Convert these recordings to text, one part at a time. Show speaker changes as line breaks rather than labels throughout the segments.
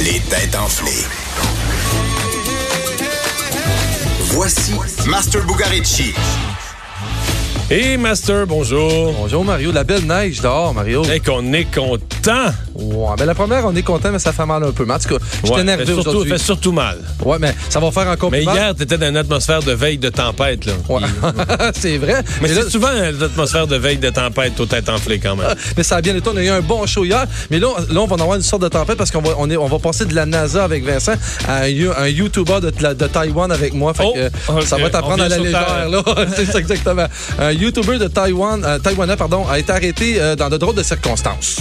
Les têtes enflées. Voici Master Bugarici.
Et Master, bonjour.
Bonjour Mario, de la belle neige dehors Mario.
Et qu'on est content.
Ouais, mais la première on est content mais ça fait mal un peu. Mais en tout cas, je suis
Ouais,
énervé
fait surtout,
aujourd'hui.
fait surtout mal.
Ouais, mais ça va faire encore
Mais
plus mal.
hier, t'étais dans une atmosphère de veille de tempête, là.
Ouais. c'est vrai.
Mais
Mais, là-
c'est souvent une atmosphère de veille de tempête aux têtes enflées, quand même.
mais ça a bien été, on a eu un bon show hier. Mais là, on- là on va en avoir une sorte de tempête parce qu'on va, on est, on va passer de la NASA avec Vincent à un, you- un YouTuber de, la- de Taïwan avec moi. Fait
Oh,
que,
ok,
Ça va
on
t'apprendre
vient
à la
sur
légère.
Terre.
là. c'est ça exactement. Un YouTuber de Taïwan, euh, Taïwanais pardon, a été arrêté euh, dans de drôles de circonstances.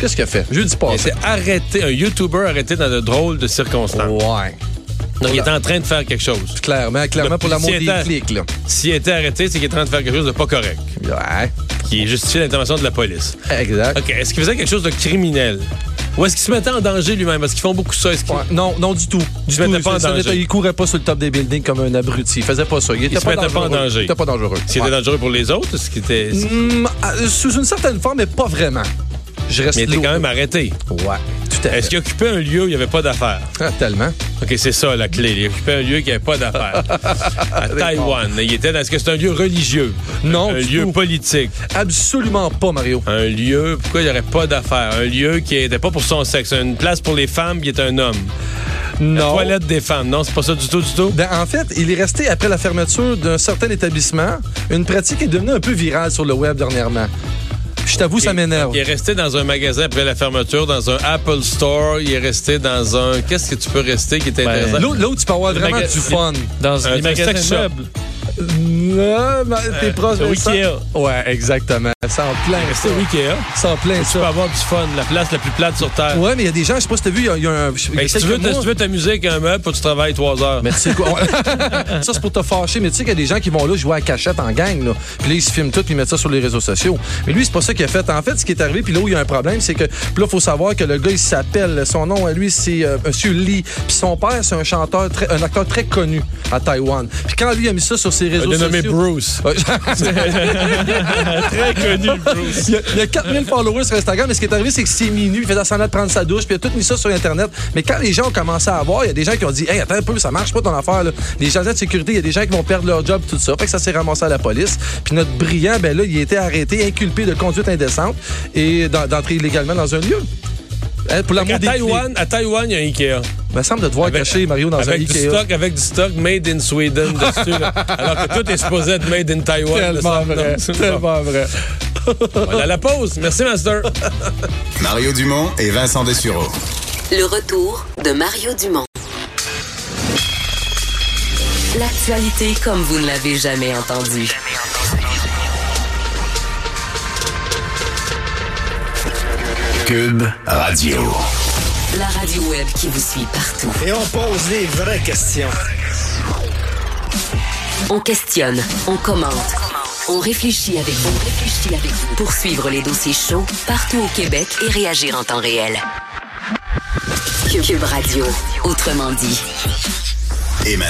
Qu'est-ce qu'il a fait? Jeudi
Il
passé.
s'est arrêté, un YouTuber arrêté dans de drôles de circonstances.
Ouais. Oh.
Donc, il était en train de faire quelque chose.
Clairement, clairement
Le
pour l'amour des
policier était-
clics, là.
S'il était arrêté, c'est qu'il était en train de faire quelque chose de pas correct,
Ouais.
qui justifie l'intervention de la police.
Exact.
OK, est-ce qu'il faisait quelque chose de criminel? Ou est-ce qu'il se mettait en danger lui-même? Est-ce qu'ils font beaucoup ça? Est-ce qu'il-
Ouais. Non, non, du tout. Du
se
tout.
mettait pas en
Ça n'était-
danger.
Il courait pas sur le top des buildings comme un abruti. Il faisait pas ça. Il, était
se mettait pas en
dangereux.
danger.
Il était pas dangereux.
Est-ce qu'il
Ouais.
était dangereux pour les autres? Est-ce qu'il était... est-ce
Hum, euh, sous une certaine forme, mais pas vraiment. Je reste
qu'il était
lourd.
quand même arrêté.
Ouais. Tout à fait.
Est-ce qu'il occupait un lieu où il n'y avait pas d'affaires?
Ah, tellement.
OK, c'est ça la clé. Il occupait un lieu qui n'avait pas d'affaires. À Taïwan. Il était dans... Est-ce que c'est un lieu religieux?
Non,
Un
du
lieu
tout.
politique?
Absolument pas, Mario.
Un lieu... Pourquoi il n'y aurait pas d'affaires? Un lieu qui n'était pas pour son sexe. Une place pour les femmes qui est un homme. La
Non.
toilette des femmes. Non, c'est pas ça du tout, du tout?
Ben, en fait, il est resté après la fermeture d'un certain établissement, une pratique qui est devenue un peu virale sur le web dernièrement. Je t'avoue, ça m'énerve.
Il est resté dans un magasin après la fermeture, dans un Apple Store. Il est resté dans un... Qu'est-ce que tu peux rester qui était intéressant?
Ben, L'autre, l'autre, tu peux avoir vraiment
maga-
du fun.
Dans
Un
un magasin
sex shop.
de meubles.
Non, mais t'es proche
euh,
de ça.
Ikea.
Ouais, exactement. Ça en plein
C'est
ça.
Ikea.
Ça en plein
Tu peux
ça.
avoir du fun. La place la plus plate sur Terre.
Ouais, mais il y a des gens, je sais pas si t'as vu, il y a- il y, a un. il y a
Mais Ben, si tu,
quelques
veux,
mois-
si tu veux t'amuser avec un meuble, faut que tu travailles trois heures.
Mais tu sais quoi? on- ça, c'est pour te fâcher, mais tu sais qu'il y a des gens qui vont là jouer à cachette en gang, là. Puis là, ils se filment tout, puis ils mettent ça sur les réseaux sociaux. Mais lui, c'est pas ça qu'il a fait. En fait, ce qui est arrivé, puis là où il y a un problème, c'est que. Puis là, faut savoir que le gars, il s'appelle. Son nom à lui, c'est euh, Monsieur Lee. Puis son père, c'est un chanteur, très, un acteur très connu à Taïwan. Puis quand lui a mis ça sur ses réseaux
Il a nommé
sociaux.
Bruce. Très connu, Bruce.
Il y, a, il y a 4000 followers sur Instagram, mais ce qui est arrivé, c'est que c'est minuit, il faisait semblant de prendre sa douche, puis il a tout mis ça sur Internet. Mais quand les gens ont commencé à voir, il y a des gens qui ont dit Hey, attends un peu, ça marche pas ton affaire. Là. Les agents de sécurité, il y a des gens qui vont perdre leur job, tout ça. Fait que ça s'est ramassé à la police. Puis notre brillant, ben là, il a été arrêté, inculpé de conduite indécente et d'en- d'entrer illégalement dans un lieu. Hein, Pour l'amour
À
des
Taïwan, à Taïwan, il y a un Ikea.
Il me semble de devoir
Avec-
cacher Mario dans un
Ben, Avec du
Ikea.
stock, avec du stock made in Sweden dessus. là. Alors que tout est supposé être made in Taïwan. le
Tellement
stock.
vrai,
Non,
tellement vrai.
bon. Voilà la pause. Merci, Master.
Mario Dumont et Vincent Dessureau.
Le retour de Mario Dumont. L'actualité comme vous ne l'avez jamais entendue.
Cube Radio.
La radio web qui vous suit partout.
Et on pose les vraies questions.
On questionne, on commente, on réfléchit avec vous. On réfléchit avec vous. Pour suivre les dossiers chauds partout au Québec et réagir en temps réel. Cube Radio, autrement dit.